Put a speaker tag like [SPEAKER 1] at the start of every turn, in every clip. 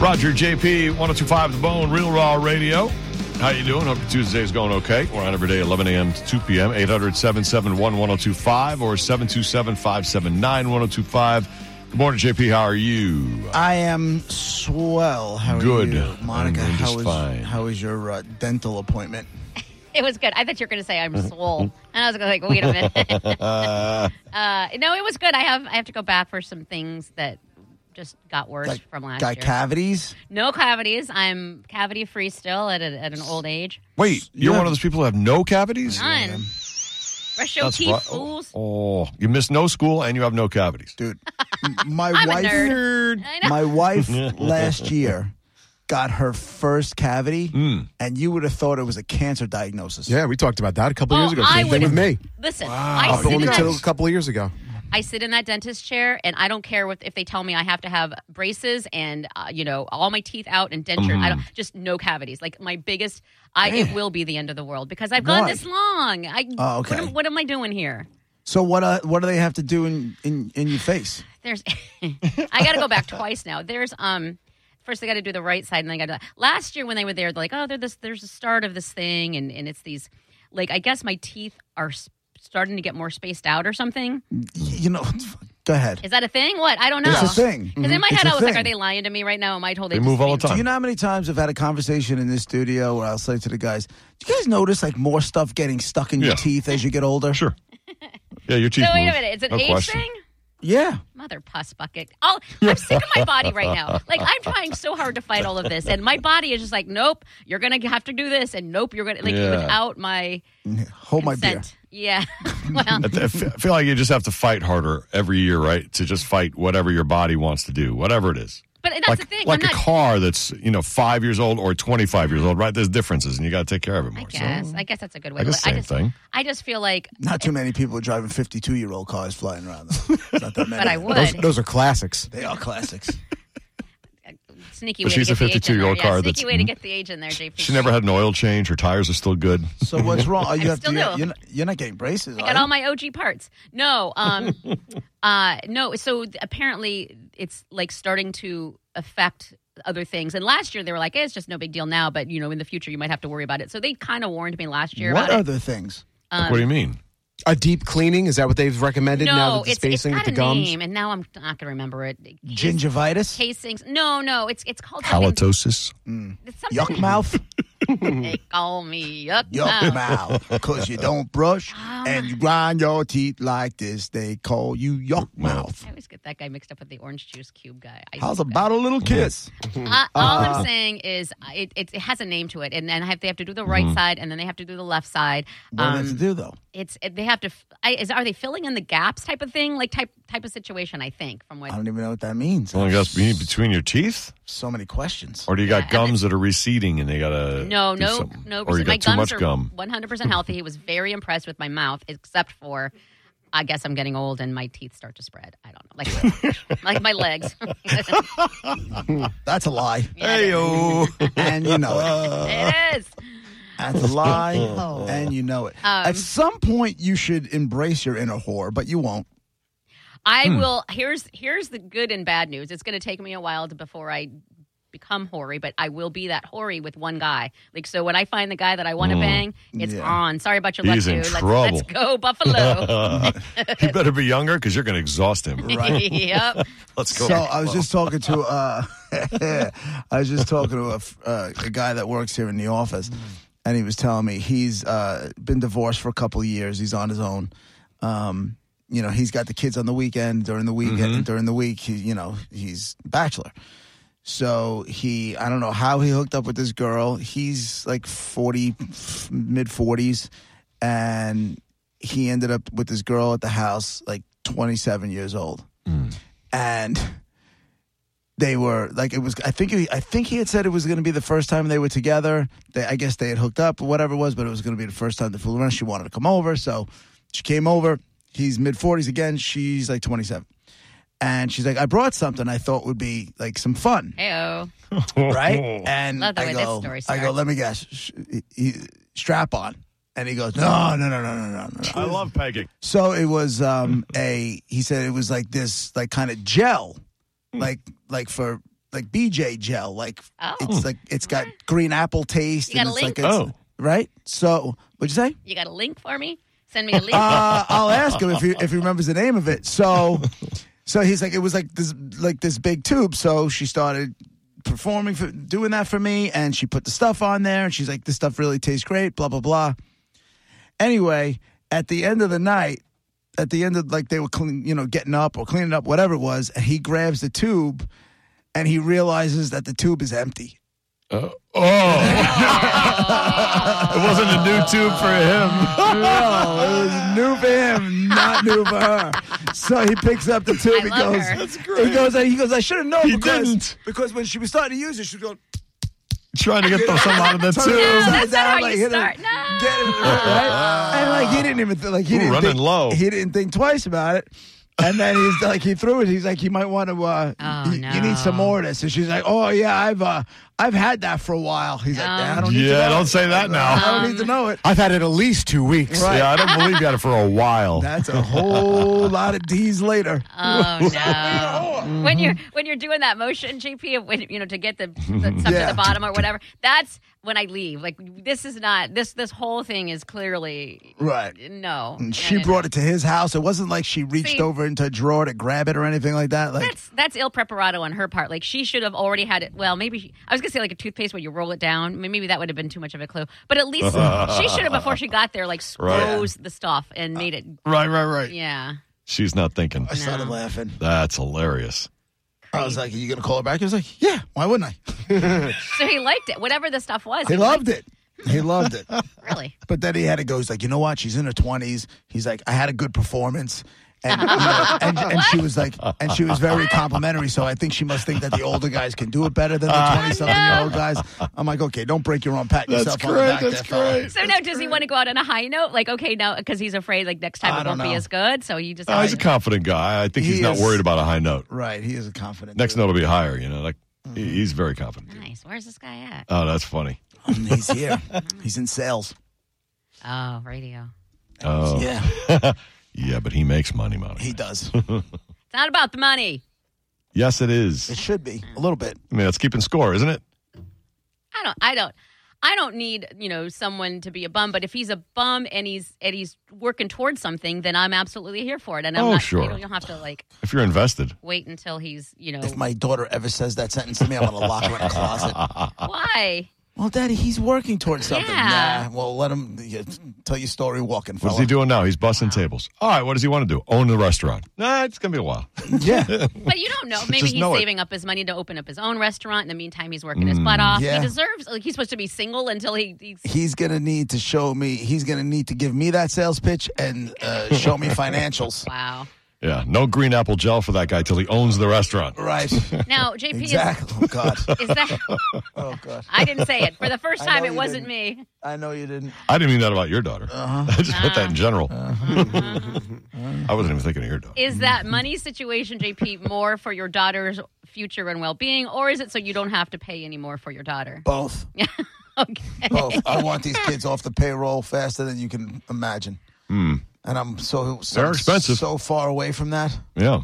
[SPEAKER 1] Roger JP 1025 The Bone, Real Raw Radio. How you doing? Hope your Tuesday is going okay. We're on every day, 11 a.m. to 2 p.m., 800-771-1025 or 727-579-1025. Good morning, JP. How are you?
[SPEAKER 2] I am swell. How are
[SPEAKER 1] Good.
[SPEAKER 2] you, Monica?
[SPEAKER 1] I'm doing
[SPEAKER 2] How
[SPEAKER 1] just
[SPEAKER 2] is
[SPEAKER 1] fine.
[SPEAKER 2] how is your uh, dental appointment?
[SPEAKER 3] It was good. I thought you were going to say I'm
[SPEAKER 1] Mm-hmm.
[SPEAKER 3] swole, and I was going to like, wait a minute. uh, no, it was good. I have I have to go back for some things that just got worse
[SPEAKER 2] Got-
[SPEAKER 3] from last
[SPEAKER 2] got
[SPEAKER 3] year.
[SPEAKER 2] cavities?
[SPEAKER 3] no cavities. I'm cavity free still at, a, at an old age.
[SPEAKER 1] Wait, you're
[SPEAKER 2] Yeah.
[SPEAKER 1] one of those people who have no cavities?
[SPEAKER 3] None. Brush your
[SPEAKER 1] That's
[SPEAKER 3] teeth,
[SPEAKER 1] right.
[SPEAKER 3] fools.
[SPEAKER 1] Oh, you miss no school and you have no cavities.
[SPEAKER 2] Dude, m- my
[SPEAKER 3] I'm a
[SPEAKER 2] wife
[SPEAKER 3] I know.
[SPEAKER 2] my wife last year got her first cavity
[SPEAKER 1] Hmm.
[SPEAKER 2] and you would have thought it was a cancer diagnosis.
[SPEAKER 4] Yeah, we talked about that a couple
[SPEAKER 3] Oh,
[SPEAKER 4] years ago.
[SPEAKER 3] I
[SPEAKER 4] Same thing with me.
[SPEAKER 3] would've- Listen,
[SPEAKER 4] Uh,
[SPEAKER 3] I,
[SPEAKER 4] but
[SPEAKER 3] sit in
[SPEAKER 4] only till a
[SPEAKER 3] that,
[SPEAKER 4] couple of years ago.
[SPEAKER 3] I sit in that dentist chair, and I don't care what, if they tell me I have to have braces and uh, you know all my teeth out and denture. I don't
[SPEAKER 2] Mm-hmm.
[SPEAKER 3] just no cavities. Like my biggest, I it will be the end of the world because I've gone
[SPEAKER 2] Why?
[SPEAKER 3] this long. I
[SPEAKER 2] Oh, okay.
[SPEAKER 3] what, am, what am I doing here?
[SPEAKER 2] So what uh, what do they have to do in in, in your face?
[SPEAKER 3] There's, I got to go back twice now. There's um, first I got to do the right side, and then I got to. Last year when they were there, they're like, oh, they're this, there's a start of this thing, and and it's these, like I guess my teeth are s- starting to get more spaced out or something.
[SPEAKER 2] Y- You know,
[SPEAKER 3] Hmm.
[SPEAKER 2] go ahead.
[SPEAKER 3] Is that a thing? What I don't know.
[SPEAKER 2] It's a thing. Mm-hmm.
[SPEAKER 3] Because in my
[SPEAKER 2] It's
[SPEAKER 3] head,
[SPEAKER 2] a
[SPEAKER 3] I was like,
[SPEAKER 2] thing.
[SPEAKER 3] are they lying to me right now? Am I told
[SPEAKER 1] They move
[SPEAKER 3] just
[SPEAKER 1] all
[SPEAKER 3] made-
[SPEAKER 1] the time.
[SPEAKER 2] Do you know how many times I've had a conversation in this studio where I'll say to the guys, "Do you guys notice like more stuff getting stuck in
[SPEAKER 1] Yeah.
[SPEAKER 2] your teeth as you get older?"
[SPEAKER 1] Sure. Yeah, your teeth
[SPEAKER 3] So wait a
[SPEAKER 1] move.
[SPEAKER 3] minute, it's an
[SPEAKER 1] No
[SPEAKER 3] age
[SPEAKER 1] question.
[SPEAKER 3] thing.
[SPEAKER 2] Yeah.
[SPEAKER 3] Mother puss bucket. Oh, I'm sick of my body right now. Like I'm trying so hard to fight all of this, and my body is just like, nope, you're gonna have to do this, and nope, you're gonna like
[SPEAKER 1] Yeah.
[SPEAKER 3] without my
[SPEAKER 2] Hold my beer.
[SPEAKER 3] consent. Yeah. well,
[SPEAKER 1] I th- I fe- feel like you just have to fight harder every year, right? To just fight whatever your body wants to do, whatever it is.
[SPEAKER 3] but that's
[SPEAKER 1] like
[SPEAKER 3] the thing.
[SPEAKER 1] like
[SPEAKER 3] I'm
[SPEAKER 1] a
[SPEAKER 3] not.
[SPEAKER 1] car that's you know five years old or twenty five years old, right? There's differences, and you got to take care of it more.
[SPEAKER 3] I guess.
[SPEAKER 1] So,
[SPEAKER 3] I guess that's a good way.
[SPEAKER 1] I
[SPEAKER 3] to
[SPEAKER 1] guess
[SPEAKER 3] look.
[SPEAKER 1] same
[SPEAKER 3] I just,
[SPEAKER 1] thing.
[SPEAKER 3] I just feel like,
[SPEAKER 2] Not too many people are driving 52 year old cars flying around. Though. It's not that many.
[SPEAKER 3] but I would
[SPEAKER 4] Those, those are classics.
[SPEAKER 2] They are classics.
[SPEAKER 3] sneaky
[SPEAKER 1] But
[SPEAKER 3] way
[SPEAKER 1] she's
[SPEAKER 3] to
[SPEAKER 1] a
[SPEAKER 3] get the age in there.
[SPEAKER 1] 52-year-old car
[SPEAKER 3] Yeah,
[SPEAKER 1] that's-
[SPEAKER 3] sneaky way to get the age in there, JP.
[SPEAKER 1] she never had an oil change. Her tires are still good.
[SPEAKER 2] So what's wrong? Are you
[SPEAKER 3] I
[SPEAKER 2] have to,
[SPEAKER 3] still
[SPEAKER 2] you're,
[SPEAKER 3] do.
[SPEAKER 2] you're not, you're not getting braces.
[SPEAKER 3] I
[SPEAKER 2] are
[SPEAKER 3] got
[SPEAKER 2] you?
[SPEAKER 3] all my OG parts. No, um, uh, no. So th- apparently, it's like starting to affect other things. And last year, they were like, eh, "It's just no big deal now," but you know, in the future, you might have to worry about it. So they kind of warned me last year
[SPEAKER 2] what
[SPEAKER 3] about it.
[SPEAKER 2] other things?
[SPEAKER 1] Like,
[SPEAKER 3] Um,
[SPEAKER 1] what do you mean?
[SPEAKER 4] A deep cleaning is that what they've recommended now
[SPEAKER 3] No,
[SPEAKER 4] that
[SPEAKER 3] it's,
[SPEAKER 4] the
[SPEAKER 3] it's
[SPEAKER 4] spacing
[SPEAKER 3] got
[SPEAKER 4] with the
[SPEAKER 3] a
[SPEAKER 4] gums?
[SPEAKER 3] name, and now I'm not going to remember it. Case-
[SPEAKER 2] Gingivitis?
[SPEAKER 3] casings. No, no, it's it's called something.
[SPEAKER 1] Halitosis.
[SPEAKER 3] It's something
[SPEAKER 2] Yuck mouth?
[SPEAKER 3] They call me yuck,
[SPEAKER 2] Yuck
[SPEAKER 3] mouth.
[SPEAKER 2] mouth. Because you don't brush
[SPEAKER 3] Ah.
[SPEAKER 2] and you grind your teeth like this. They call you yuck mouth.
[SPEAKER 3] I always get that guy mixed up with the orange juice cube guy. I
[SPEAKER 2] How's
[SPEAKER 3] swear.
[SPEAKER 2] about a little kiss?
[SPEAKER 3] Uh, all
[SPEAKER 1] Ah.
[SPEAKER 3] I'm saying is uh, it, it, it has a name to it, and then I have, they have to do the right
[SPEAKER 1] Mm-hmm.
[SPEAKER 3] side, and then they have to do the left side.
[SPEAKER 2] What do they have to
[SPEAKER 3] Um,
[SPEAKER 2] do, though?
[SPEAKER 3] it's it, they have to. f- I, is are they filling in the gaps type of thing, like type type of situation? I think from what
[SPEAKER 2] I don't even know what that means.
[SPEAKER 1] Only got between your teeth,
[SPEAKER 2] So many questions.
[SPEAKER 1] or do you got gums that are receding and they got to
[SPEAKER 3] no no no.
[SPEAKER 1] or you
[SPEAKER 3] my
[SPEAKER 1] got too
[SPEAKER 3] gums
[SPEAKER 1] much
[SPEAKER 3] are
[SPEAKER 1] gum.
[SPEAKER 3] 100 percent healthy. He was very impressed with my mouth, except for. I guess I'm getting old and my teeth start to spread. I don't know, like like my legs.
[SPEAKER 2] That's a lie.
[SPEAKER 1] Hey yo,
[SPEAKER 2] And you know it.
[SPEAKER 3] it is.
[SPEAKER 2] That's a lie. And you know it. At some point, you should embrace your inner whore, but you won't.
[SPEAKER 3] I
[SPEAKER 2] Hmm.
[SPEAKER 3] will. Here's here's the good and bad news. It's going to take me a while to, before I become hoary, but I will be that hoary with one guy. Like so, when I find the guy that I want to bang, it's
[SPEAKER 2] Hmm. Yeah.
[SPEAKER 3] on. Sorry about your luck,
[SPEAKER 1] He's
[SPEAKER 3] dude.
[SPEAKER 1] in
[SPEAKER 3] Let's,
[SPEAKER 1] trouble.
[SPEAKER 3] let's go Buffalo.
[SPEAKER 1] you better be younger because you're going to exhaust him.
[SPEAKER 2] Right.
[SPEAKER 3] yep.
[SPEAKER 1] Let's go.
[SPEAKER 2] So I was just talking to uh, I was just talking to a, f- uh, a guy that works here in the office, and he was telling me he's uh, been divorced for a couple of years. He's on his own, um, you know, he's got the kids on the weekend during the weekend
[SPEAKER 1] Mm-hmm.
[SPEAKER 2] during the week. He, you know, he's bachelor. So he, I don't know how he hooked up with this girl. He's like 40, mid 40s. And he ended up with this girl at the house, like 27 years old. And they were like, it was, I think, he, I think he had said it was going to be the first time they were together. They, I guess they had hooked up or whatever it was, but it was going to be the first time they fooled around. She wanted to come over. So she came over. He's mid 40s again. She's like 27. And she's like, I brought something I thought would be like some fun
[SPEAKER 3] Heyo.
[SPEAKER 2] right? And
[SPEAKER 3] Love the
[SPEAKER 2] I
[SPEAKER 3] way
[SPEAKER 2] go,
[SPEAKER 3] this story
[SPEAKER 2] I go,
[SPEAKER 3] starts.
[SPEAKER 2] let me guess, sh- he- he- strap on. And he goes, no, no, no, no, no, no, no. no."
[SPEAKER 1] I love pegging.
[SPEAKER 2] So it was um a he said it was like this like kind of gel,
[SPEAKER 3] Hmm.
[SPEAKER 2] like like for like BJ gel, like
[SPEAKER 3] Oh.
[SPEAKER 2] it's like it's got green apple taste.
[SPEAKER 3] You
[SPEAKER 2] and
[SPEAKER 3] got
[SPEAKER 2] it's
[SPEAKER 3] a
[SPEAKER 2] like
[SPEAKER 3] link?
[SPEAKER 2] it's,
[SPEAKER 1] Oh.
[SPEAKER 2] right. So what'd you say?
[SPEAKER 3] You got a link for me? Send me a link.
[SPEAKER 2] Uh, I'll ask him if he if he remembers the name of it. So, so he's like, it was like this like this big tube. So she started performing for doing that for me, and she put the stuff on there, and she's like, this stuff really tastes great. Blah blah blah. Anyway, at the end of the night, at the end of like they were clean, you know, getting up or cleaning up, whatever it was, and he grabs the tube, and he realizes that the tube is empty.
[SPEAKER 1] Uh, oh, it wasn't a new tube for him.
[SPEAKER 2] No, Oh, it was new for him, not new for her. So he picks up the tube.
[SPEAKER 3] I
[SPEAKER 2] he
[SPEAKER 3] love
[SPEAKER 2] goes,
[SPEAKER 3] her. That's
[SPEAKER 2] He goes, he goes. I should have known.
[SPEAKER 1] He
[SPEAKER 2] because,
[SPEAKER 1] didn't.
[SPEAKER 2] because when she was starting to use it, she was going.
[SPEAKER 1] Trying to get the, some out of the
[SPEAKER 2] turn it
[SPEAKER 1] tube.
[SPEAKER 2] upside
[SPEAKER 3] that's not how you
[SPEAKER 2] hit it,
[SPEAKER 3] start. No.
[SPEAKER 2] Get it right, and like he didn't even th- like he
[SPEAKER 1] Ooh,
[SPEAKER 2] didn't
[SPEAKER 1] running
[SPEAKER 2] think,
[SPEAKER 1] low.
[SPEAKER 2] He didn't think twice about it. And then he's like, he threw it. He's like, you might want to. Uh,
[SPEAKER 3] Oh,
[SPEAKER 2] y- You need some
[SPEAKER 3] no.
[SPEAKER 2] more of this. And she's like, oh yeah, I've uh, I've had that for a while. He's like, nah, I don't need to
[SPEAKER 1] Yeah,
[SPEAKER 2] know
[SPEAKER 1] don't
[SPEAKER 2] it.
[SPEAKER 1] say that
[SPEAKER 3] Oh,
[SPEAKER 1] now.
[SPEAKER 2] I
[SPEAKER 3] Um,
[SPEAKER 2] don't need to know it.
[SPEAKER 4] I've had it at least two weeks.
[SPEAKER 2] Right.
[SPEAKER 1] Yeah, I don't believe you had it for a while.
[SPEAKER 2] That's a whole lot of D's later.
[SPEAKER 3] Oh no! when you're
[SPEAKER 2] Mm-hmm.
[SPEAKER 3] when you're doing that motion, GP, of when, you know to get the, the stuff
[SPEAKER 2] Yeah.
[SPEAKER 3] to the bottom or whatever. That's when I leave. Like this is not this this whole thing is clearly
[SPEAKER 2] Right.
[SPEAKER 3] no.
[SPEAKER 2] And Mm, she brought it to his house. It wasn't like she reached
[SPEAKER 3] See-
[SPEAKER 2] over into a drawer to grab it or anything like that. Like,
[SPEAKER 3] That's that's ill preparado on her part. Like she should have already had it. Well, maybe she, I was gonna say like a toothpaste where you roll it down. I mean, Maybe that would have been too much of a clue. But at least she should have before she got there like
[SPEAKER 1] Right. Uh,
[SPEAKER 3] scrosed the stuff and made it.
[SPEAKER 1] Right, right, right.
[SPEAKER 3] Yeah.
[SPEAKER 1] She's not thinking.
[SPEAKER 2] I started laughing.
[SPEAKER 1] That's hilarious.
[SPEAKER 2] I was like, "Are you gonna call her back?" He was like, "Yeah. Why wouldn't I?"
[SPEAKER 3] So he liked it, whatever the stuff was.
[SPEAKER 2] He loved it. He loved it.
[SPEAKER 3] it. Really.
[SPEAKER 2] But then he had to go. He's like, "You know what? She's in her twenties. He's like, "I had a good performance." And, you know, and and she was like, and she was very complimentary. So I think she must think that the older guys can do it better than
[SPEAKER 3] Ah,
[SPEAKER 2] the twenty-something year old guys. I'm like, okay, don't break your own pat yourself on the back. there, fella."
[SPEAKER 3] So now, does he want to go out on a high note? Like, okay, now because he's afraid, like next time
[SPEAKER 2] I
[SPEAKER 3] it
[SPEAKER 2] don't
[SPEAKER 3] won't be
[SPEAKER 2] know.
[SPEAKER 3] as good. So you just
[SPEAKER 1] Oh, he's a confident guy. I think he's
[SPEAKER 2] He
[SPEAKER 1] not
[SPEAKER 2] is.
[SPEAKER 1] worried about a high note.
[SPEAKER 2] Right? He is a confident.
[SPEAKER 1] Next
[SPEAKER 2] dude.
[SPEAKER 1] note will be higher, you know. Like he-
[SPEAKER 2] Mm-hmm.
[SPEAKER 1] he's very confident. dude.
[SPEAKER 3] nice. Where's this guy at?
[SPEAKER 1] Oh, that's funny.
[SPEAKER 2] And he's here. He's in sales.
[SPEAKER 3] Oh, radio.
[SPEAKER 1] Oh.
[SPEAKER 2] Yeah,
[SPEAKER 1] Yeah, but he makes money, money.
[SPEAKER 2] he does.
[SPEAKER 3] It's not about the money.
[SPEAKER 1] Yes, it
[SPEAKER 2] It
[SPEAKER 1] is.
[SPEAKER 2] should be a little bit.
[SPEAKER 1] I mean, that's keeping score, isn't it?
[SPEAKER 3] I don't. I don't. I don't need you know someone to be a bum. But if he's a bum and he's and he's working towards something, then I'm absolutely here for it. And I'm
[SPEAKER 1] Oh,
[SPEAKER 3] not.
[SPEAKER 1] sure.
[SPEAKER 3] You don't, you don't have to like
[SPEAKER 1] If you're invested.
[SPEAKER 3] wait until he's you know
[SPEAKER 2] If my daughter ever says that sentence to me, I'm gonna lock her in a closet.
[SPEAKER 3] why.
[SPEAKER 2] Well, Daddy, he's working towards something.
[SPEAKER 3] Yeah.
[SPEAKER 2] Nah, well, let him yeah, tell your story walking.
[SPEAKER 1] What is
[SPEAKER 2] fella.
[SPEAKER 1] he doing now? He's busting tables. All right, what does he want to do? Own the restaurant. Nah, it's gonna be a while.
[SPEAKER 2] Yeah,
[SPEAKER 3] But you don't know. Maybe
[SPEAKER 1] Just
[SPEAKER 3] he's
[SPEAKER 1] know it.
[SPEAKER 3] saving up his money to open up his own restaurant. In the meantime, he's working his butt off.
[SPEAKER 2] Mm, yeah.
[SPEAKER 3] He deserves. Like he's supposed to be single until he. He's,
[SPEAKER 2] he's gonna need to show me. He's gonna need to give me that sales pitch and uh, show me financials.
[SPEAKER 3] wow.
[SPEAKER 1] Yeah, no green apple gel for that guy till he owns the restaurant.
[SPEAKER 2] Right.
[SPEAKER 3] Now, JP
[SPEAKER 2] Exactly. Oh God.
[SPEAKER 3] is, is that.
[SPEAKER 2] Oh God.
[SPEAKER 3] I didn't say it. For the first
[SPEAKER 2] I
[SPEAKER 3] time,
[SPEAKER 2] know
[SPEAKER 3] it
[SPEAKER 2] you
[SPEAKER 3] wasn't me.
[SPEAKER 2] I know you didn't.
[SPEAKER 1] I didn't mean that about your daughter.
[SPEAKER 2] Uh-huh.
[SPEAKER 1] I just put that in general. I wasn't even thinking of your daughter.
[SPEAKER 3] Is that money situation, JP, more for your daughter's future and well being, or is it so you don't have to pay any more for your daughter?
[SPEAKER 2] Both.
[SPEAKER 3] Okay.
[SPEAKER 2] Both. I want these kids off the payroll faster than you can imagine. And I'm so, so
[SPEAKER 1] Hmm. They're expensive.
[SPEAKER 2] So far away from that.
[SPEAKER 1] Yeah.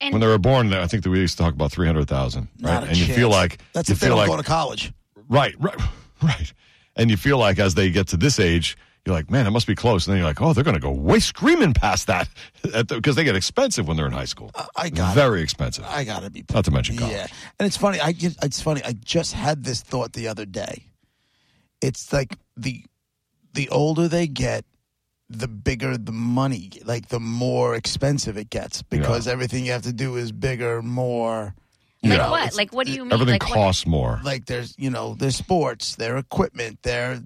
[SPEAKER 3] And-
[SPEAKER 1] when they were born, I think that we used to talk about three hundred thousand, right?
[SPEAKER 2] Not a
[SPEAKER 1] and you
[SPEAKER 2] chance.
[SPEAKER 1] feel like
[SPEAKER 2] that's
[SPEAKER 1] you
[SPEAKER 2] if they
[SPEAKER 1] feel
[SPEAKER 2] don't
[SPEAKER 1] like
[SPEAKER 2] go to college.
[SPEAKER 1] right, right, right. And you feel like as they get to this age, you're like, man, it must be close. And then you're like, oh, they're going to go way screaming past that because they get expensive when they're in high school.
[SPEAKER 2] I Uh, got it.
[SPEAKER 1] Very expensive.
[SPEAKER 2] I gotta be.
[SPEAKER 1] Not to mention college.
[SPEAKER 2] Yeah, and it's funny. I just, it's funny. I just had this thought the other day. It's like the the older they get, the bigger the money, like the more expensive it gets because everything you have to do is bigger, more. you
[SPEAKER 3] Like
[SPEAKER 2] know,
[SPEAKER 3] what?
[SPEAKER 2] it's-
[SPEAKER 3] Like what do you mean?
[SPEAKER 1] Everything
[SPEAKER 3] like, what-
[SPEAKER 1] costs more.
[SPEAKER 2] Like there's, you know, their sports, their equipment, their,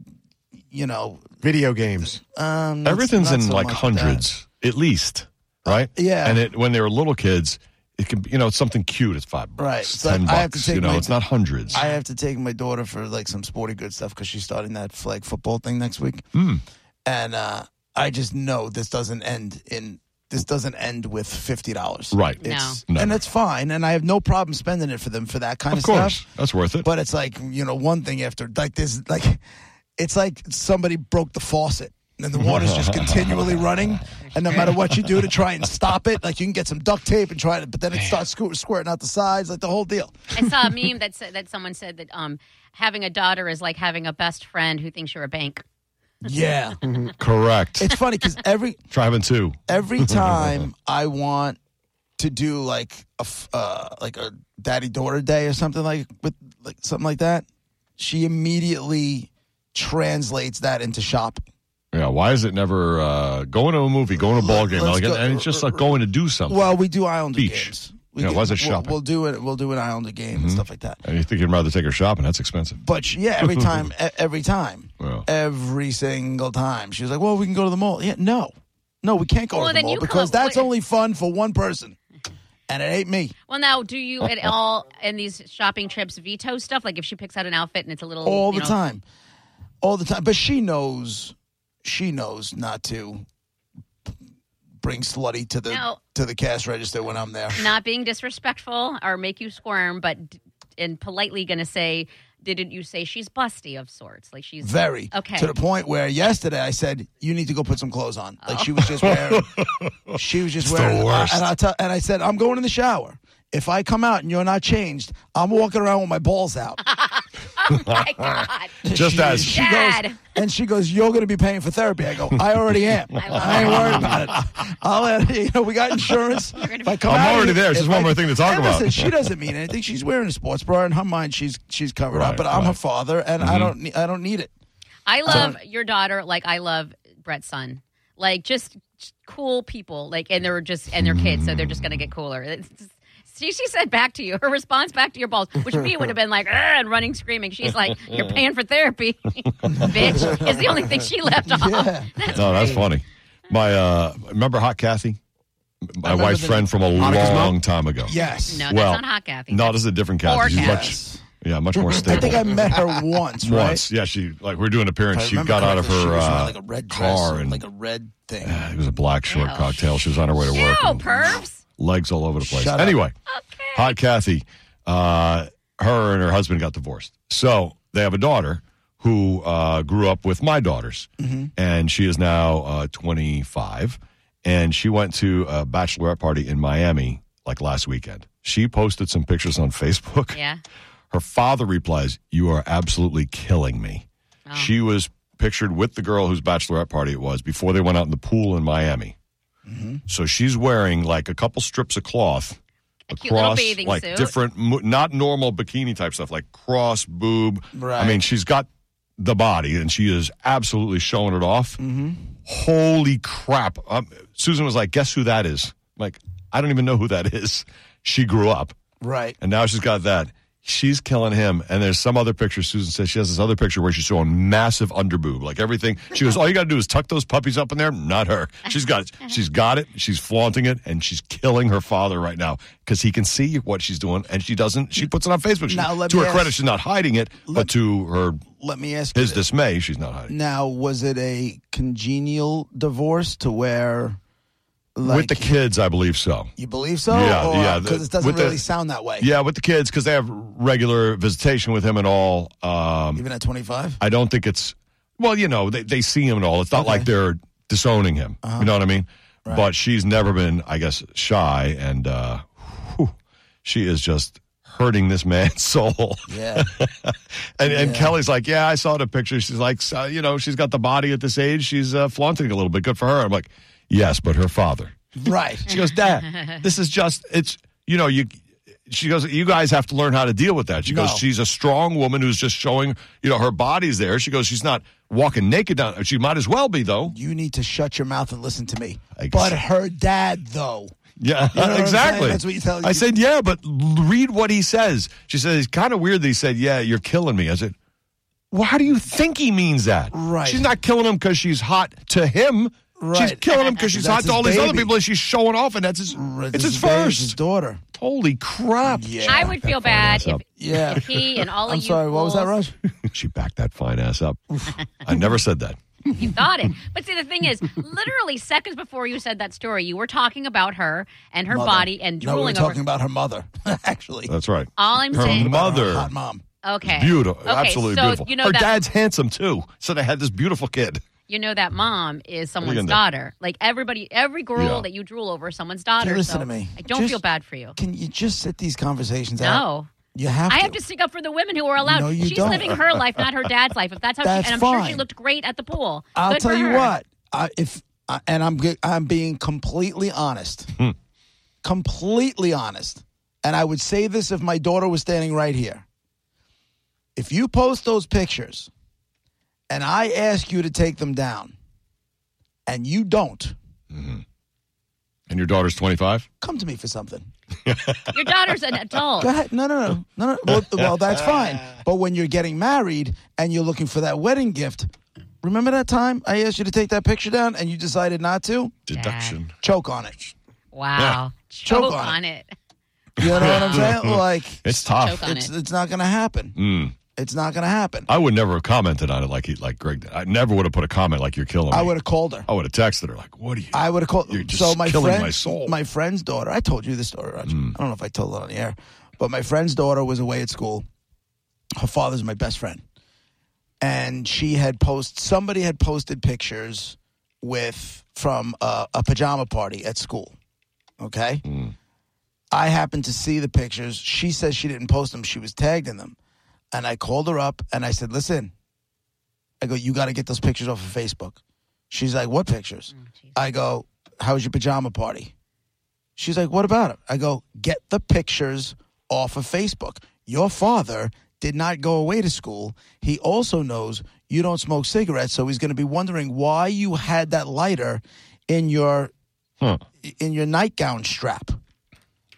[SPEAKER 2] you know,
[SPEAKER 4] Video games.
[SPEAKER 2] um, not-
[SPEAKER 1] Everything's
[SPEAKER 2] not
[SPEAKER 1] in
[SPEAKER 2] so
[SPEAKER 1] like
[SPEAKER 2] much
[SPEAKER 1] hundreds at least, right?
[SPEAKER 2] yeah.
[SPEAKER 1] And it when they were little kids, it can be- you know it's something cute. It's five bucks,
[SPEAKER 2] Right. It's
[SPEAKER 1] ten
[SPEAKER 2] like,
[SPEAKER 1] bucks.
[SPEAKER 2] I have to take
[SPEAKER 1] you know,
[SPEAKER 2] my-
[SPEAKER 1] it's not hundreds.
[SPEAKER 2] that. I have to take my daughter for like some sporty good stuff because she's starting that flag football thing next week,
[SPEAKER 1] Hmm.
[SPEAKER 2] and uh, I just know this doesn't end in this doesn't end with fifty dollars.
[SPEAKER 1] right.
[SPEAKER 3] No.
[SPEAKER 2] It's,
[SPEAKER 1] Never.
[SPEAKER 2] And that's fine, and I have no problem spending it for them for that kind
[SPEAKER 1] Of
[SPEAKER 2] of,
[SPEAKER 1] course,
[SPEAKER 2] stuff.
[SPEAKER 1] that's worth it.
[SPEAKER 2] But it's like you know one thing after like this like it's like somebody broke the faucet. And the water's just continually running, and no matter what you do to try and stop it, like you can get some duct tape and try to, but then it starts squir- squirting out the sides, like the whole deal.
[SPEAKER 3] I saw a meme that said that someone said that um, having a daughter is like having a best friend who thinks you're a bank.
[SPEAKER 2] Yeah,
[SPEAKER 1] Correct.
[SPEAKER 2] it's funny because every
[SPEAKER 1] Driving too.
[SPEAKER 2] every time I want to do like a f- uh, like a daddy daughter day or something like with like something like that, she immediately translates that into shopping.
[SPEAKER 1] Yeah. Why is it never uh, going to a movie, going to a ball game,
[SPEAKER 2] Let's
[SPEAKER 1] like,
[SPEAKER 2] go-
[SPEAKER 1] and it's just like going to do something?
[SPEAKER 2] Well, we do Islander
[SPEAKER 1] Beach.
[SPEAKER 2] games. We
[SPEAKER 1] Yeah,
[SPEAKER 2] do,
[SPEAKER 1] why is it
[SPEAKER 2] we'll-
[SPEAKER 1] shopping? Mm-hmm.
[SPEAKER 2] We'll, do it. We'll do an Islander game and stuff like that.
[SPEAKER 1] and you think you'd rather take her shopping? That's expensive.
[SPEAKER 2] But she, yeah, every time, e- every time,
[SPEAKER 1] Well.
[SPEAKER 2] every single time, she was like, "Well, we can go to the mall." Yeah, no, no, we can't go
[SPEAKER 3] Well,
[SPEAKER 2] to the
[SPEAKER 3] then
[SPEAKER 2] mall
[SPEAKER 3] you come
[SPEAKER 2] because
[SPEAKER 3] up
[SPEAKER 2] that's
[SPEAKER 3] with-
[SPEAKER 2] only fun for one person, and it ain't me.
[SPEAKER 3] Well, now do you at all in these shopping trips veto stuff? Like if she picks out an outfit and it's a little
[SPEAKER 2] all
[SPEAKER 3] Oh, you
[SPEAKER 2] the
[SPEAKER 3] know,
[SPEAKER 2] time, all the time. But she knows, she knows not to bring slutty to the
[SPEAKER 3] No.
[SPEAKER 2] to the cash register when I'm there.
[SPEAKER 3] not being disrespectful or make you squirm, but d- and politely going to say, didn't you say she's busty of sorts? Like she's
[SPEAKER 2] Very
[SPEAKER 3] Okay.
[SPEAKER 2] to the point where yesterday I said you need to go put some clothes on. Like she was just wearing, she was just
[SPEAKER 1] It's the
[SPEAKER 2] wearing.
[SPEAKER 1] worst.
[SPEAKER 2] And I tell, and I said I'm going in the shower. If I come out and you're not changed, I'm walking around with my balls out.
[SPEAKER 3] oh my god.
[SPEAKER 1] Just
[SPEAKER 2] She-
[SPEAKER 1] as
[SPEAKER 2] she goes,
[SPEAKER 3] Dad.
[SPEAKER 2] and she goes, "You're going to be paying for therapy." I go, "I already am. I,
[SPEAKER 3] love
[SPEAKER 2] ain't worried about it. I'll add, you know, we got insurance.
[SPEAKER 3] gonna
[SPEAKER 2] If I
[SPEAKER 3] be-
[SPEAKER 2] come
[SPEAKER 1] I'm
[SPEAKER 2] out of
[SPEAKER 1] already
[SPEAKER 2] here-
[SPEAKER 1] there. It's
[SPEAKER 2] if
[SPEAKER 1] just one
[SPEAKER 2] I-
[SPEAKER 1] more thing to talk
[SPEAKER 2] and
[SPEAKER 1] about.
[SPEAKER 2] listen, she doesn't mean anything. She's wearing a sports bra. In her mind, she's she's covered
[SPEAKER 1] Right,
[SPEAKER 2] up. But I'm her
[SPEAKER 1] right. Mm-hmm.
[SPEAKER 2] father, and I don't ne- I don't need it.
[SPEAKER 3] I love your daughter like I love Brett's son. Like just just cool people. Like and they're just and they're kids, so they're just gonna get cooler. It's just- she, she said back to you, her response back to your balls, which me would have been like, "Ugh," and running screaming. She's like, You're paying for therapy. Bitch is the only thing she left off.
[SPEAKER 2] Yeah.
[SPEAKER 1] no, that's funny. My uh, remember Hot Kathy, my
[SPEAKER 2] remember
[SPEAKER 1] wife's
[SPEAKER 2] the-
[SPEAKER 1] friend from a
[SPEAKER 4] Monica's mom?
[SPEAKER 1] long time ago.
[SPEAKER 2] Yes.
[SPEAKER 3] No,
[SPEAKER 1] Well,
[SPEAKER 3] that's not hot, Kathy.
[SPEAKER 1] No, this is a different Kathy.
[SPEAKER 3] Or
[SPEAKER 1] She's
[SPEAKER 3] Kathy.
[SPEAKER 1] much, yeah, much more stable.
[SPEAKER 2] I think I met her once. Right?
[SPEAKER 1] once. Yeah, she like we were doing
[SPEAKER 2] If
[SPEAKER 1] appearance.
[SPEAKER 2] I
[SPEAKER 1] She
[SPEAKER 2] remember
[SPEAKER 1] got out of her
[SPEAKER 2] correctly, she was wearing,
[SPEAKER 1] uh,
[SPEAKER 2] like a red dress
[SPEAKER 1] car
[SPEAKER 2] or,
[SPEAKER 1] and
[SPEAKER 2] like a red thing.
[SPEAKER 1] uh, it was a black short
[SPEAKER 3] Ew.
[SPEAKER 1] cocktail. She was on her way to
[SPEAKER 3] Ew,
[SPEAKER 1] work. and
[SPEAKER 3] pervs.
[SPEAKER 1] Legs all over the place.
[SPEAKER 2] Shut up.
[SPEAKER 1] anyway,
[SPEAKER 3] Okay.
[SPEAKER 1] hot Kathy. Uh, her and her husband got divorced, so they have a daughter who uh, grew up with my daughters,
[SPEAKER 2] Mm-hmm.
[SPEAKER 1] and she is now uh, 25. And she went to a bachelorette party in Miami like last weekend. She posted some pictures on Facebook.
[SPEAKER 3] Yeah.
[SPEAKER 1] Her father replies, You are absolutely killing me.
[SPEAKER 3] Oh.
[SPEAKER 1] She was pictured with the girl whose bachelorette party it was before they went out in the pool in Miami.
[SPEAKER 3] Mm-hmm.
[SPEAKER 1] So she's wearing like a couple strips of cloth
[SPEAKER 3] A cute little
[SPEAKER 1] across
[SPEAKER 3] bathing
[SPEAKER 1] like
[SPEAKER 3] suit.
[SPEAKER 1] different, mo- not normal bikini type stuff, like cross boob. I
[SPEAKER 2] Right.
[SPEAKER 1] mean, she's got the body and she is absolutely showing it off.
[SPEAKER 3] Mm-hmm.
[SPEAKER 1] Holy crap. Um, Susan was like, Guess who that is? I'm like, I don't even know who that is. She grew up
[SPEAKER 2] Right.
[SPEAKER 1] and now she's got that. She's killing him. And there's some other picture. Susan says she has this other picture where she's showing massive underboob, like everything. She goes, all you got to do is tuck those puppies up in there. Not her. She's got it. She's got it. She's flaunting it, and she's killing her father right now because he can see what she's doing, and she doesn't. She puts it on Facebook. She-
[SPEAKER 2] Now, let
[SPEAKER 1] to
[SPEAKER 2] me
[SPEAKER 1] her credit,
[SPEAKER 2] ask-
[SPEAKER 1] she's not hiding it, but to her
[SPEAKER 2] Let me ask you.
[SPEAKER 1] his dismay, she's not hiding. it.
[SPEAKER 2] Now, was it a congenial divorce to where, like,
[SPEAKER 1] With the kids, I believe so.
[SPEAKER 2] you believe so?
[SPEAKER 1] Yeah,
[SPEAKER 2] Or-
[SPEAKER 1] yeah, the-
[SPEAKER 2] Because it doesn't
[SPEAKER 1] with the-
[SPEAKER 2] really sound that way.
[SPEAKER 1] Yeah, with the kids because they have regular visitation with him and all. Um,
[SPEAKER 2] Even at 25?
[SPEAKER 1] I don't think it's well, you know, they, they see him and all. It's not like they're disowning him. You know what I mean? But she's never been, I guess, shy and uh whew, she is just hurting this man's soul.
[SPEAKER 2] Yeah.
[SPEAKER 1] and and Kelly's like, Yeah, I saw the picture. She's like, so, you know, she's got the body at this age. She's uh, flaunting it a little bit. Good for her. I'm like, Yes, but her father.
[SPEAKER 2] right.
[SPEAKER 1] She goes, Dad, this is just it's you know, you she goes, you guys have to learn how to deal with that. She goes,
[SPEAKER 2] No.
[SPEAKER 1] she's a strong woman who's just showing, you know, her body's there. She goes, she's not walking naked down. She might as well be though.
[SPEAKER 2] You need to shut your mouth and listen to me.
[SPEAKER 1] I guess-
[SPEAKER 2] But her dad, though.
[SPEAKER 1] Yeah,
[SPEAKER 2] You know what I'm saying?
[SPEAKER 1] exactly.
[SPEAKER 2] That's what you tell-
[SPEAKER 1] I said, yeah, but l- read what he says. She says, it's kind of weird that he said, yeah, you're killing me. I said, well, how do you think he means that?
[SPEAKER 2] Right.
[SPEAKER 1] She's not killing him because she's hot to him. She's
[SPEAKER 2] Right.
[SPEAKER 1] killing him because she's
[SPEAKER 2] That's
[SPEAKER 1] hot to
[SPEAKER 2] his
[SPEAKER 1] all these other
[SPEAKER 2] baby.
[SPEAKER 1] people, and she's showing off, and that's his. it's
[SPEAKER 2] This
[SPEAKER 1] his
[SPEAKER 2] is Dave's-
[SPEAKER 1] first.
[SPEAKER 2] His daughter.
[SPEAKER 1] Holy crap!
[SPEAKER 2] Yeah.
[SPEAKER 3] I would feel bad
[SPEAKER 1] ass
[SPEAKER 3] if,
[SPEAKER 1] up.
[SPEAKER 2] Yeah.
[SPEAKER 3] if he and all
[SPEAKER 2] I'm
[SPEAKER 3] of you.
[SPEAKER 2] sorry. What was that,
[SPEAKER 3] fools-
[SPEAKER 2] Rush?
[SPEAKER 1] she backed that fine ass up. I never said that.
[SPEAKER 3] You thought it. But see, the thing is, literally seconds before you said that story, you were talking about her and her
[SPEAKER 2] Mother.
[SPEAKER 3] body and
[SPEAKER 2] No, we were
[SPEAKER 3] drooling over.
[SPEAKER 2] talking about her mother, actually.
[SPEAKER 1] That's right.
[SPEAKER 3] all I'm
[SPEAKER 1] Her
[SPEAKER 3] saying.
[SPEAKER 1] mo-
[SPEAKER 2] About her
[SPEAKER 1] Mother.
[SPEAKER 2] Hot mom.
[SPEAKER 3] okay.
[SPEAKER 1] Beautiful,
[SPEAKER 3] Okay,
[SPEAKER 1] absolutely
[SPEAKER 3] so
[SPEAKER 1] beautiful.
[SPEAKER 3] You know
[SPEAKER 1] Her
[SPEAKER 3] that,
[SPEAKER 1] dad's handsome too, so they had this beautiful kid.
[SPEAKER 3] You know that mom is
[SPEAKER 1] gonna
[SPEAKER 3] someone's
[SPEAKER 1] do?
[SPEAKER 3] daughter. Like everybody, every girl
[SPEAKER 1] Yeah.
[SPEAKER 3] that you drool over, is someone's daughter.
[SPEAKER 2] listen
[SPEAKER 3] so
[SPEAKER 2] to me.
[SPEAKER 3] I don't
[SPEAKER 2] Just-
[SPEAKER 3] feel bad for you.
[SPEAKER 2] Can you just sit these conversations out?
[SPEAKER 3] No.
[SPEAKER 2] You have
[SPEAKER 3] I have to stick up for the women who are allowed.
[SPEAKER 2] No, you
[SPEAKER 3] She's
[SPEAKER 2] don't.
[SPEAKER 3] living her life, not her dad's life. If that's how
[SPEAKER 2] That's
[SPEAKER 3] she, and I'm sure she
[SPEAKER 2] fine.
[SPEAKER 3] looked great at the pool.
[SPEAKER 2] I'll
[SPEAKER 3] Good
[SPEAKER 2] tell
[SPEAKER 3] for
[SPEAKER 2] you
[SPEAKER 3] her.
[SPEAKER 2] what. I, if I, and I'm ge- I'm being completely honest, completely honest, and I would say this if my daughter was standing right here. If you post those pictures, and I ask you to take them down, and you don't,
[SPEAKER 1] And your daughter's twenty five.
[SPEAKER 2] come to me for something.
[SPEAKER 3] Your daughter's an adult.
[SPEAKER 2] Go ahead. No, no, no, no, no. Well, well, that's fine. But when you're getting married and you're looking for that wedding gift, remember that time I asked you to take that picture down and you decided not to?
[SPEAKER 1] Deduction.
[SPEAKER 2] Choke on it.
[SPEAKER 3] Wow. Choke,
[SPEAKER 2] Choke on
[SPEAKER 3] on it.
[SPEAKER 2] You know what I'm saying? Like,
[SPEAKER 1] It's tough.
[SPEAKER 3] Choke on
[SPEAKER 2] it's
[SPEAKER 3] it.
[SPEAKER 2] it's not going to happen. It's not going to happen.
[SPEAKER 1] I would never have commented on it like he, like Greg. Did. I never would have put a comment like "You're killing me."
[SPEAKER 2] I would have called her.
[SPEAKER 1] I would have texted her like, "What are you?"
[SPEAKER 2] I would have called.
[SPEAKER 1] You're just
[SPEAKER 2] so my
[SPEAKER 1] killing
[SPEAKER 2] friend,
[SPEAKER 1] my soul. Hmm.
[SPEAKER 2] friend's daughter. I told you this story. Roger. I don't know if I told it on the air, but my friend's daughter was away at school. Her father's my best friend, and she had post. Somebody had posted pictures with from a, a pajama party at school. Okay,
[SPEAKER 1] Hmm.
[SPEAKER 2] I happened to see the pictures. She says she didn't post them. She was tagged in them, and I called her up and I said, "Listen, I go, you got to get those pictures off of Facebook." She's like, "What pictures?" I go, "How was your pajama party?" She's like, "What about it?" I go, "Get the pictures off of Facebook. Your father did not go away to school. He also knows you don't smoke cigarettes, so he's going to be wondering why you had that lighter in your in your nightgown strap."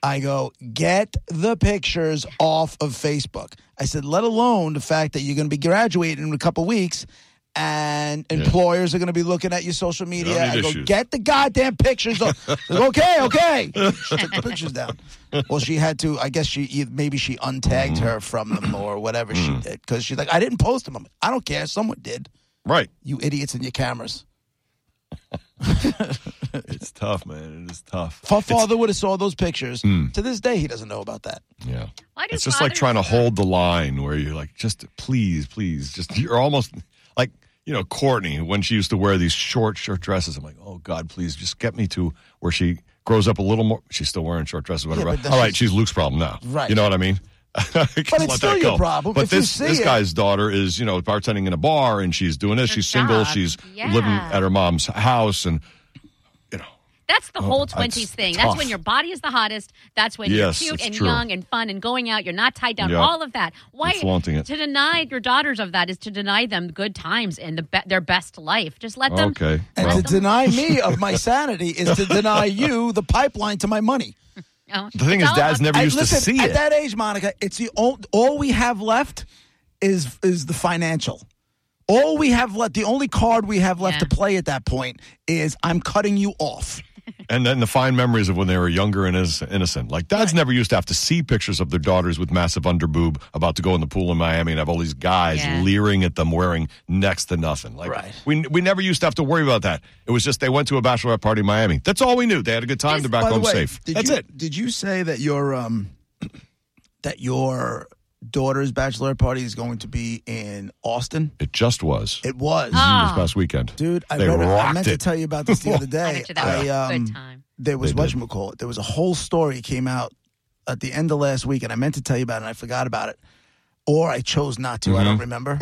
[SPEAKER 2] I go, "Get the pictures off of Facebook." I said, "Let alone the fact that you're going to be graduating in a couple weeks." And employers are going to be looking at your social media.
[SPEAKER 1] need
[SPEAKER 2] I go,
[SPEAKER 1] issues.
[SPEAKER 2] get get the goddamn pictures off. Like, okay, okay. She took the pictures down. Well, she had to. I guess she eith- maybe she untagged her from them or whatever she
[SPEAKER 1] Mm.
[SPEAKER 2] did because she's like, I didn't post them. I'm like, I don't care. Someone did.
[SPEAKER 1] right.
[SPEAKER 2] You idiots in your cameras.
[SPEAKER 1] It's tough, man. It is tough.
[SPEAKER 2] If her father would have saw those pictures,
[SPEAKER 1] Mm.
[SPEAKER 2] to this day he doesn't know about that.
[SPEAKER 1] Yeah.
[SPEAKER 3] Why do
[SPEAKER 1] It's just like
[SPEAKER 3] fathers-
[SPEAKER 1] trying to hold the line where you're like, just please, please, just you're almost like you know Courtney when she used to wear these short short dresses. I'm like, oh God, please, just get me to where she grows up a little more. She's still wearing short dresses, whatever.
[SPEAKER 2] but that's
[SPEAKER 1] All right,
[SPEAKER 2] just-
[SPEAKER 1] she's Luke's problem now.
[SPEAKER 2] Right.
[SPEAKER 1] You know what I mean? but
[SPEAKER 2] it's still your problem.
[SPEAKER 1] But
[SPEAKER 2] If you
[SPEAKER 1] this
[SPEAKER 2] see
[SPEAKER 1] this
[SPEAKER 2] it-
[SPEAKER 1] guy's daughter is you know bartending in a bar and she's doing this.
[SPEAKER 3] Her
[SPEAKER 1] she's single.
[SPEAKER 3] job.
[SPEAKER 1] She's
[SPEAKER 3] Yeah.
[SPEAKER 1] living at her mom's house and you know.
[SPEAKER 3] That's the whole twenties
[SPEAKER 1] it's Oh,
[SPEAKER 3] thing.
[SPEAKER 1] tough.
[SPEAKER 3] That's when your body is the hottest. That's when
[SPEAKER 1] Yes,
[SPEAKER 3] you're
[SPEAKER 1] it's
[SPEAKER 3] cute and
[SPEAKER 1] true.
[SPEAKER 3] young and fun and going out. You're not tied down.
[SPEAKER 1] Yep.
[SPEAKER 3] All of that. Why
[SPEAKER 1] You're flaunting it.
[SPEAKER 3] to deny your daughters of that is to deny them good times and the be- their best life. Just let them.
[SPEAKER 1] Okay.
[SPEAKER 2] And
[SPEAKER 1] Well,
[SPEAKER 2] to deny me of my sanity is to deny you the pipeline to my money.
[SPEAKER 3] Oh,
[SPEAKER 1] the thing is,
[SPEAKER 3] it's all
[SPEAKER 1] Dad's
[SPEAKER 3] about-
[SPEAKER 1] never
[SPEAKER 2] I-
[SPEAKER 1] used
[SPEAKER 2] listen,
[SPEAKER 1] to see
[SPEAKER 2] at
[SPEAKER 1] it.
[SPEAKER 2] that age, Monica, it's the all, all we have left is is the financial. All we have left, the only card we have left
[SPEAKER 3] Yeah.
[SPEAKER 2] to play at that point is I'm cutting you off.
[SPEAKER 1] And then the fine memories of when they were younger and is innocent. Like dads never used to have to see pictures of their daughters with massive underboob about to go in the pool in Miami and have all these guys
[SPEAKER 3] Yeah.
[SPEAKER 1] leering at them wearing next to nothing. Like
[SPEAKER 2] Right.
[SPEAKER 1] we we never used to have to worry about that. It was just they went to a bachelorette party in Miami. That's all we knew. They had a good time. They're back
[SPEAKER 2] By the
[SPEAKER 1] home
[SPEAKER 2] way,
[SPEAKER 1] safe.
[SPEAKER 2] Did
[SPEAKER 1] That's
[SPEAKER 2] you,
[SPEAKER 1] it.
[SPEAKER 2] Did you say that your um that your daughter's bachelor party is going to be in Austin?
[SPEAKER 1] It just was.
[SPEAKER 2] It was.
[SPEAKER 3] Ah.
[SPEAKER 1] this past weekend.
[SPEAKER 2] Dude, I,
[SPEAKER 1] they
[SPEAKER 2] read it.
[SPEAKER 1] rocked
[SPEAKER 2] I meant
[SPEAKER 1] it.
[SPEAKER 2] to tell you about this the other
[SPEAKER 3] I
[SPEAKER 2] day.
[SPEAKER 3] bet you that was a
[SPEAKER 2] um,
[SPEAKER 3] good time.
[SPEAKER 2] there was
[SPEAKER 1] They did.
[SPEAKER 2] whatchamacallit. There was a whole story came out at the end of last week, and I meant to tell you about it, and I forgot about it. Or I chose not to.
[SPEAKER 1] Mm-hmm.
[SPEAKER 2] I don't remember,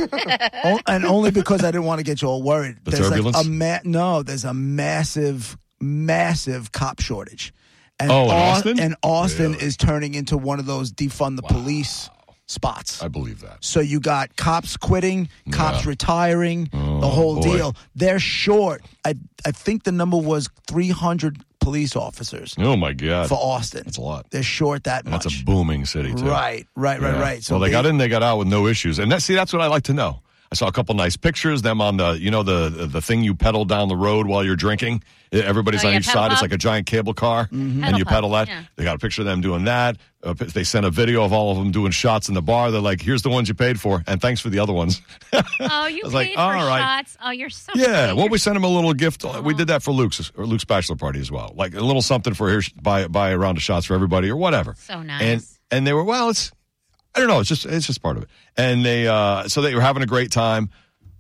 [SPEAKER 2] O- and only because I didn't want to get you all worried.
[SPEAKER 1] The
[SPEAKER 2] there's
[SPEAKER 1] turbulence?
[SPEAKER 2] like a ma- no. There's a massive, massive cop shortage, And
[SPEAKER 1] Oh, in
[SPEAKER 2] Au-
[SPEAKER 1] Austin?
[SPEAKER 2] And Austin
[SPEAKER 1] Really?
[SPEAKER 2] is turning into one of those defund the police spots.
[SPEAKER 1] I believe that.
[SPEAKER 2] So you got cops quitting, cops
[SPEAKER 1] Yeah. Oh,
[SPEAKER 2] retiring, the whole
[SPEAKER 1] boy.
[SPEAKER 2] deal. They're short. I I think the number was 300 police officers
[SPEAKER 1] Oh my God,
[SPEAKER 2] for Austin.
[SPEAKER 1] that's a lot.
[SPEAKER 2] They're short that
[SPEAKER 1] And
[SPEAKER 2] much.
[SPEAKER 1] that's a booming city too.
[SPEAKER 2] Right, right, right,
[SPEAKER 1] Yeah.
[SPEAKER 2] right.
[SPEAKER 1] well, they
[SPEAKER 2] big-
[SPEAKER 1] got in, they got out with no issues, and that see, that's what I like to know. I saw a couple nice pictures. Them on the, you know, the the, the thing you pedal down the road while you're drinking. E, Everybody's
[SPEAKER 3] Oh,
[SPEAKER 1] on
[SPEAKER 3] yeah,
[SPEAKER 1] each
[SPEAKER 3] pedal
[SPEAKER 1] side. It's
[SPEAKER 3] pop.
[SPEAKER 1] like a giant cable car,
[SPEAKER 2] Mm-hmm.
[SPEAKER 1] and
[SPEAKER 3] Pedal
[SPEAKER 1] you
[SPEAKER 3] pop,
[SPEAKER 1] pedal that.
[SPEAKER 3] yeah.
[SPEAKER 1] They got a picture of them doing that. Uh, p- they sent a video of all of them doing shots in the bar. They're like, "Here's the ones you paid for, and thanks for the other ones."
[SPEAKER 3] Oh, you
[SPEAKER 1] was like,
[SPEAKER 3] paid for
[SPEAKER 1] all right.
[SPEAKER 3] shots. Oh, you're so
[SPEAKER 1] Yeah,
[SPEAKER 3] sweet.
[SPEAKER 1] well, we sent him a little gift. Uh, We did that for Luke's or Luke's bachelor party as well, like a little something for here, buy buy a round of shots for everybody or whatever.
[SPEAKER 3] So nice.
[SPEAKER 1] And and they were well, it's I don't know, it's just it's just part of it. And they uh so they were having a great time.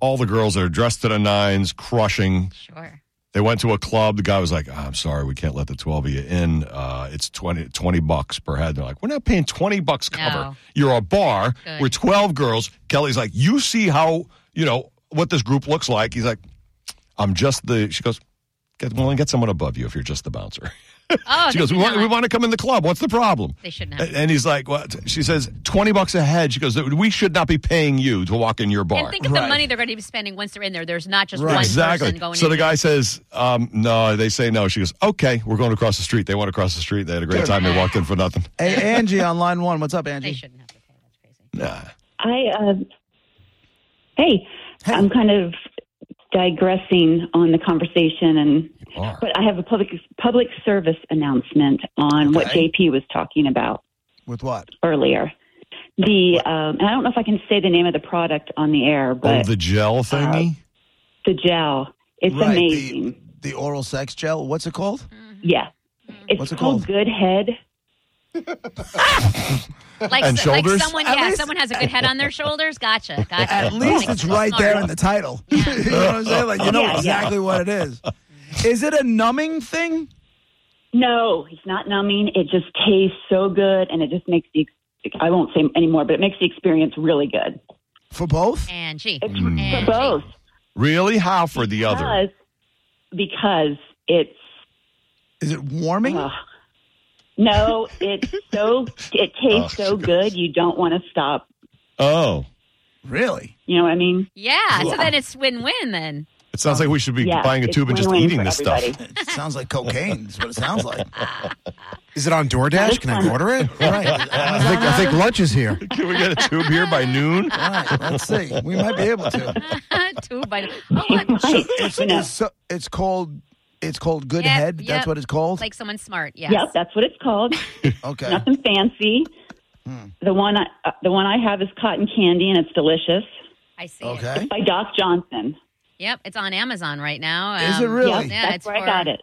[SPEAKER 1] All the girls are dressed to the nines, crushing.
[SPEAKER 3] sure.
[SPEAKER 1] They went to a club. The guy was like, "Ah, "I'm sorry, we can't let the twelve of you in. Uh, it's 20, 20 bucks per head." They're like, "We're not paying twenty bucks cover.
[SPEAKER 3] No.
[SPEAKER 1] You're a bar.
[SPEAKER 3] Good.
[SPEAKER 1] We're twelve girls." Kelly's like, "You see how you know what this group looks like?" He's like, "I'm just the." She goes, "Get well and get someone above you if you're just the bouncer."
[SPEAKER 3] Oh,
[SPEAKER 1] she goes, we want, "We want to come in the club. What's the problem?"
[SPEAKER 3] They should not.
[SPEAKER 1] A- And he's like, "What?" She says, 20 bucks a head." She goes, "We should not be paying you to walk in your bar."
[SPEAKER 3] And think of
[SPEAKER 2] Right.
[SPEAKER 3] the money they're going to be spending once they're in there. There's not just one
[SPEAKER 1] Exactly.
[SPEAKER 3] person going.
[SPEAKER 1] So
[SPEAKER 3] in
[SPEAKER 1] the
[SPEAKER 3] there.
[SPEAKER 1] guy says, um, no, they say no. She goes, okay, we're going across the street. They went across the street. They had a great time. They walked in for nothing.
[SPEAKER 2] Hey, Angie on line one. What's up,
[SPEAKER 3] they
[SPEAKER 2] Angie?
[SPEAKER 3] shouldn't have to pay. That's crazy.
[SPEAKER 1] Nah.
[SPEAKER 5] I uh, hey, I'm kind of digressing on the conversation, and
[SPEAKER 1] are.
[SPEAKER 5] but I have a public public service announcement on what
[SPEAKER 2] Okay.
[SPEAKER 5] JP was talking about
[SPEAKER 2] With what?
[SPEAKER 5] earlier. The um, and I don't know if I can say the name of the product on the air,
[SPEAKER 1] Oh,
[SPEAKER 5] but uh,
[SPEAKER 1] the
[SPEAKER 5] the,
[SPEAKER 1] gel thingy?
[SPEAKER 5] gel. It's
[SPEAKER 2] Right, the-
[SPEAKER 5] amazing.
[SPEAKER 2] The oral sex gel. What's it called?
[SPEAKER 5] yeah, it's
[SPEAKER 2] What's it called?
[SPEAKER 5] Good Head.
[SPEAKER 3] Like,
[SPEAKER 1] And
[SPEAKER 3] so- like
[SPEAKER 1] shoulders?
[SPEAKER 3] someone,
[SPEAKER 2] At
[SPEAKER 3] yeah,
[SPEAKER 2] least-
[SPEAKER 3] someone has a good head on their shoulders. Gotcha, gotcha.
[SPEAKER 2] At least
[SPEAKER 3] Like,
[SPEAKER 2] it's right there in the title. you know what I'm saying? Like you know
[SPEAKER 5] Yeah, yeah.
[SPEAKER 2] exactly what it is. Is it a numbing thing?
[SPEAKER 5] No, it's not numbing. It just tastes so good, and it just makes the ex- I won't say any more, but it makes the experience really good.
[SPEAKER 2] For both?
[SPEAKER 3] And she.
[SPEAKER 5] It's
[SPEAKER 3] And
[SPEAKER 2] Mm.
[SPEAKER 5] for both.
[SPEAKER 1] Really? How for the other?
[SPEAKER 5] Because, because it's
[SPEAKER 2] Is it warming?
[SPEAKER 5] ugh. no, it's so it tastes
[SPEAKER 1] Oh,
[SPEAKER 5] so good you don't want to stop.
[SPEAKER 1] Oh.
[SPEAKER 2] really?
[SPEAKER 5] You know what I mean?
[SPEAKER 3] she. Yeah, So then it's win-win. Then
[SPEAKER 1] It sounds like we should be
[SPEAKER 5] Yeah,
[SPEAKER 1] buying a
[SPEAKER 5] it's
[SPEAKER 1] tube and just
[SPEAKER 5] win-win
[SPEAKER 1] eating
[SPEAKER 5] for
[SPEAKER 1] this stuff.
[SPEAKER 5] everybody.
[SPEAKER 2] It sounds like cocaine. is what it sounds like.
[SPEAKER 4] Is it on DoorDash? Can I order it?
[SPEAKER 2] Right.
[SPEAKER 4] I think, I think lunch is here.
[SPEAKER 1] Can we get a tube here by noon?
[SPEAKER 2] Right. Let's see. We might be able to.
[SPEAKER 3] two by oh, look,
[SPEAKER 5] Right.
[SPEAKER 2] It's,
[SPEAKER 5] You know,
[SPEAKER 2] it's, so, it's called. It's called good
[SPEAKER 3] Yep,
[SPEAKER 2] head. That's
[SPEAKER 3] yep.
[SPEAKER 2] what it's called.
[SPEAKER 3] like someone smart. Yes.
[SPEAKER 5] Yep, that's what it's called.
[SPEAKER 2] okay.
[SPEAKER 5] Nothing fancy.
[SPEAKER 1] Hmm.
[SPEAKER 5] The one I, uh, the one I have is cotton candy, and it's delicious
[SPEAKER 3] I see. It.
[SPEAKER 2] Okay.
[SPEAKER 5] by Doc Johnson.
[SPEAKER 3] Yep, it's on Amazon right now. Um,
[SPEAKER 2] Is it really?
[SPEAKER 5] Yep,
[SPEAKER 3] Yeah,
[SPEAKER 5] that's
[SPEAKER 3] it's
[SPEAKER 5] where
[SPEAKER 3] for,
[SPEAKER 5] I got it.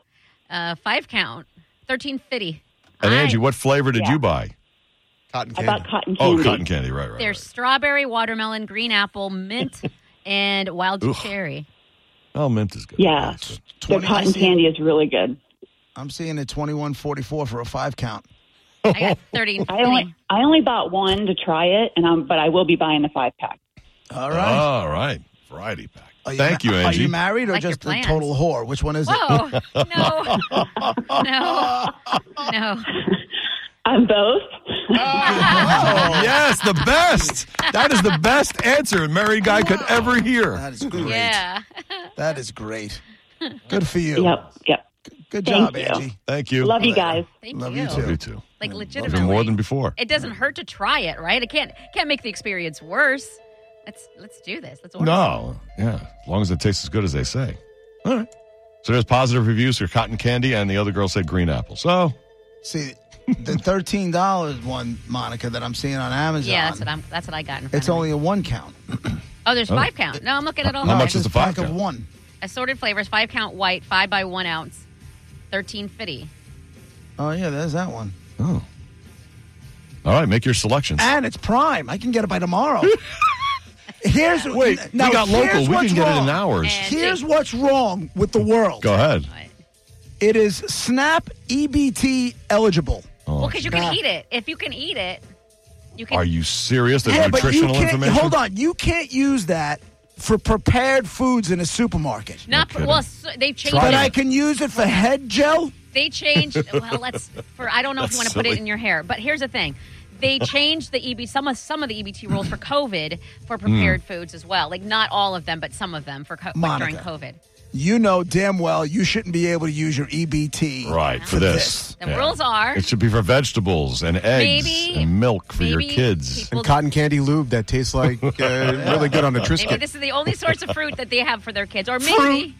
[SPEAKER 3] Uh, five count, thirteen fifty.
[SPEAKER 1] And
[SPEAKER 3] I-
[SPEAKER 1] Angie, what flavor did you buy?
[SPEAKER 4] Cotton
[SPEAKER 5] I
[SPEAKER 4] candy.
[SPEAKER 5] bought cotton
[SPEAKER 1] Oh,
[SPEAKER 5] candy.
[SPEAKER 1] cotton candy. Right, right.
[SPEAKER 3] There's
[SPEAKER 1] right.
[SPEAKER 3] strawberry, watermelon, green apple, mint, and wild cherry.
[SPEAKER 1] Oh, mint is good.
[SPEAKER 5] Yeah,
[SPEAKER 1] It's good.
[SPEAKER 5] the
[SPEAKER 2] 20 I
[SPEAKER 5] cotton
[SPEAKER 2] see.
[SPEAKER 5] candy is really good.
[SPEAKER 2] I'm seeing a 2144 for a five count.
[SPEAKER 3] I got thirteen fifty.
[SPEAKER 5] I only I only bought one to try it, and um, but I will be buying the five pack.
[SPEAKER 2] All right.
[SPEAKER 1] All right. Variety pack.
[SPEAKER 2] Are
[SPEAKER 1] Thank you,
[SPEAKER 2] ma- Are
[SPEAKER 1] Angie.
[SPEAKER 2] you married or
[SPEAKER 3] Like your
[SPEAKER 2] just a
[SPEAKER 3] plans.
[SPEAKER 2] total whore? Which one is it?
[SPEAKER 3] Whoa! No, no, no.
[SPEAKER 5] I'm both.
[SPEAKER 1] yes, the best. That is the best answer a married guy could ever hear.
[SPEAKER 2] That is great.
[SPEAKER 3] Yeah.
[SPEAKER 2] That is great. Good for you.
[SPEAKER 5] yep, yep.
[SPEAKER 2] Good
[SPEAKER 5] Thank
[SPEAKER 2] job,
[SPEAKER 5] you.
[SPEAKER 2] Angie.
[SPEAKER 1] Thank you.
[SPEAKER 5] Love you guys.
[SPEAKER 3] Thank
[SPEAKER 2] Love
[SPEAKER 3] you.
[SPEAKER 2] you too.
[SPEAKER 1] Love you too.
[SPEAKER 3] Like
[SPEAKER 1] Even
[SPEAKER 3] legitimately,
[SPEAKER 1] more than before.
[SPEAKER 3] It doesn't hurt to try it, right? It can't can't make the experience worse. Let's let's do this. Let's order.
[SPEAKER 1] No. Yeah. As long as it tastes as good as they say. All right. So there's positive reviews for cotton candy, and the other girl said green apple. So
[SPEAKER 2] See, the $13 one, Monica, that I'm seeing on Amazon,
[SPEAKER 3] Yeah, that's what I'm. That's what I got. In front
[SPEAKER 2] it's
[SPEAKER 3] of me.
[SPEAKER 2] only a one count.
[SPEAKER 3] Oh, there's five count. No, I'm looking at all.
[SPEAKER 1] How much
[SPEAKER 3] five.
[SPEAKER 1] is
[SPEAKER 2] Just
[SPEAKER 1] the five
[SPEAKER 2] pack of
[SPEAKER 1] count?
[SPEAKER 2] one.
[SPEAKER 3] Assorted flavors, five count white, five by one ounce, thirteen fifty.
[SPEAKER 2] Oh, yeah, there's that one.
[SPEAKER 1] Oh. All right, make your selections.
[SPEAKER 2] And it's prime. I can get it by tomorrow. here's
[SPEAKER 1] Wait,
[SPEAKER 2] now,
[SPEAKER 1] we got
[SPEAKER 2] here's
[SPEAKER 1] local. We
[SPEAKER 2] what's
[SPEAKER 1] can get it in
[SPEAKER 2] wrong.
[SPEAKER 1] hours.
[SPEAKER 3] And-
[SPEAKER 2] Here's what's wrong with the world.
[SPEAKER 1] Go ahead.
[SPEAKER 2] It is SNAP EBT eligible.
[SPEAKER 1] Oh,
[SPEAKER 3] Well, because you can eat it. If you can eat it, you can.
[SPEAKER 1] Are you serious? There's nutritional
[SPEAKER 2] but you can't,
[SPEAKER 1] information.
[SPEAKER 2] Hold on, you can't use that for prepared foods in a supermarket.
[SPEAKER 3] not
[SPEAKER 1] No kidding.
[SPEAKER 3] well. So, they've changed.
[SPEAKER 1] Try
[SPEAKER 2] But
[SPEAKER 3] it.
[SPEAKER 1] it.
[SPEAKER 2] I can use it for head gel
[SPEAKER 3] They changed. Well, let's for I don't know if
[SPEAKER 1] That's
[SPEAKER 3] you want to put it
[SPEAKER 1] silly.
[SPEAKER 3] in your hair, but here's the thing. They changed the EB some of some of the EBT rules for COVID for
[SPEAKER 1] Hmm.
[SPEAKER 3] prepared foods as well. Like not all of them, but some of them for co- like during
[SPEAKER 2] Monica.
[SPEAKER 3] COVID.
[SPEAKER 2] You know damn well you shouldn't be able to use your E EBT.
[SPEAKER 1] Right, for this.
[SPEAKER 3] The rules are-
[SPEAKER 1] It should be for vegetables and eggs
[SPEAKER 3] Maybe-
[SPEAKER 1] and milk for your
[SPEAKER 3] maybe
[SPEAKER 1] kids.
[SPEAKER 3] people-
[SPEAKER 4] and cotton candy lube that tastes like uh, really good on a
[SPEAKER 3] Maybe
[SPEAKER 4] Triscuit.
[SPEAKER 3] this is the only source of fruit that they have for their kids, or maybe,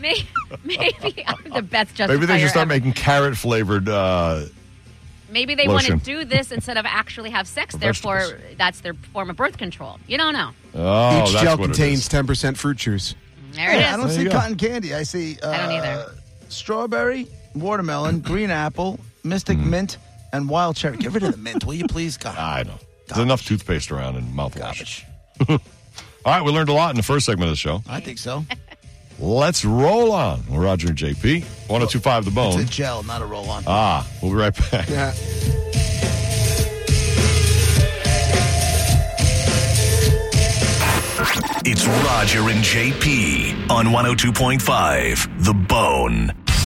[SPEAKER 3] maybe, maybe I'm the best justifier.
[SPEAKER 1] Maybe they should start
[SPEAKER 3] ever.
[SPEAKER 1] making carrot flavored. Uh,
[SPEAKER 3] Maybe they want to
[SPEAKER 1] lotion.
[SPEAKER 3] do this instead of actually have sex.
[SPEAKER 1] Or
[SPEAKER 3] Therefore,
[SPEAKER 1] vegetables.
[SPEAKER 3] that's their form of birth control. You don't know.
[SPEAKER 1] oh,
[SPEAKER 4] Each
[SPEAKER 1] that's
[SPEAKER 4] gel
[SPEAKER 1] what it
[SPEAKER 4] contains
[SPEAKER 1] is.
[SPEAKER 4] ten percent fruit juice.
[SPEAKER 3] There
[SPEAKER 2] Yeah, I
[SPEAKER 3] it
[SPEAKER 2] don't
[SPEAKER 3] is.
[SPEAKER 1] you
[SPEAKER 2] see
[SPEAKER 1] go.
[SPEAKER 2] cotton candy. I see uh,
[SPEAKER 3] I don't either.
[SPEAKER 2] strawberry, watermelon, green apple, mystic
[SPEAKER 1] Mm.
[SPEAKER 2] mint, and wild cherry. Get rid of the mint, will you please? God.
[SPEAKER 1] I know. There's enough toothpaste around and mouthwash. All right, we learned a lot in the first segment of the show.
[SPEAKER 2] I think so.
[SPEAKER 1] Let's roll on. We're Roger and JP. 1025 The
[SPEAKER 2] It's a
[SPEAKER 1] Bone.
[SPEAKER 2] gel, not a roll on.
[SPEAKER 1] Ah, we'll be right back.
[SPEAKER 4] Yeah.
[SPEAKER 6] It's Roger and JP on 102.5 The Bone.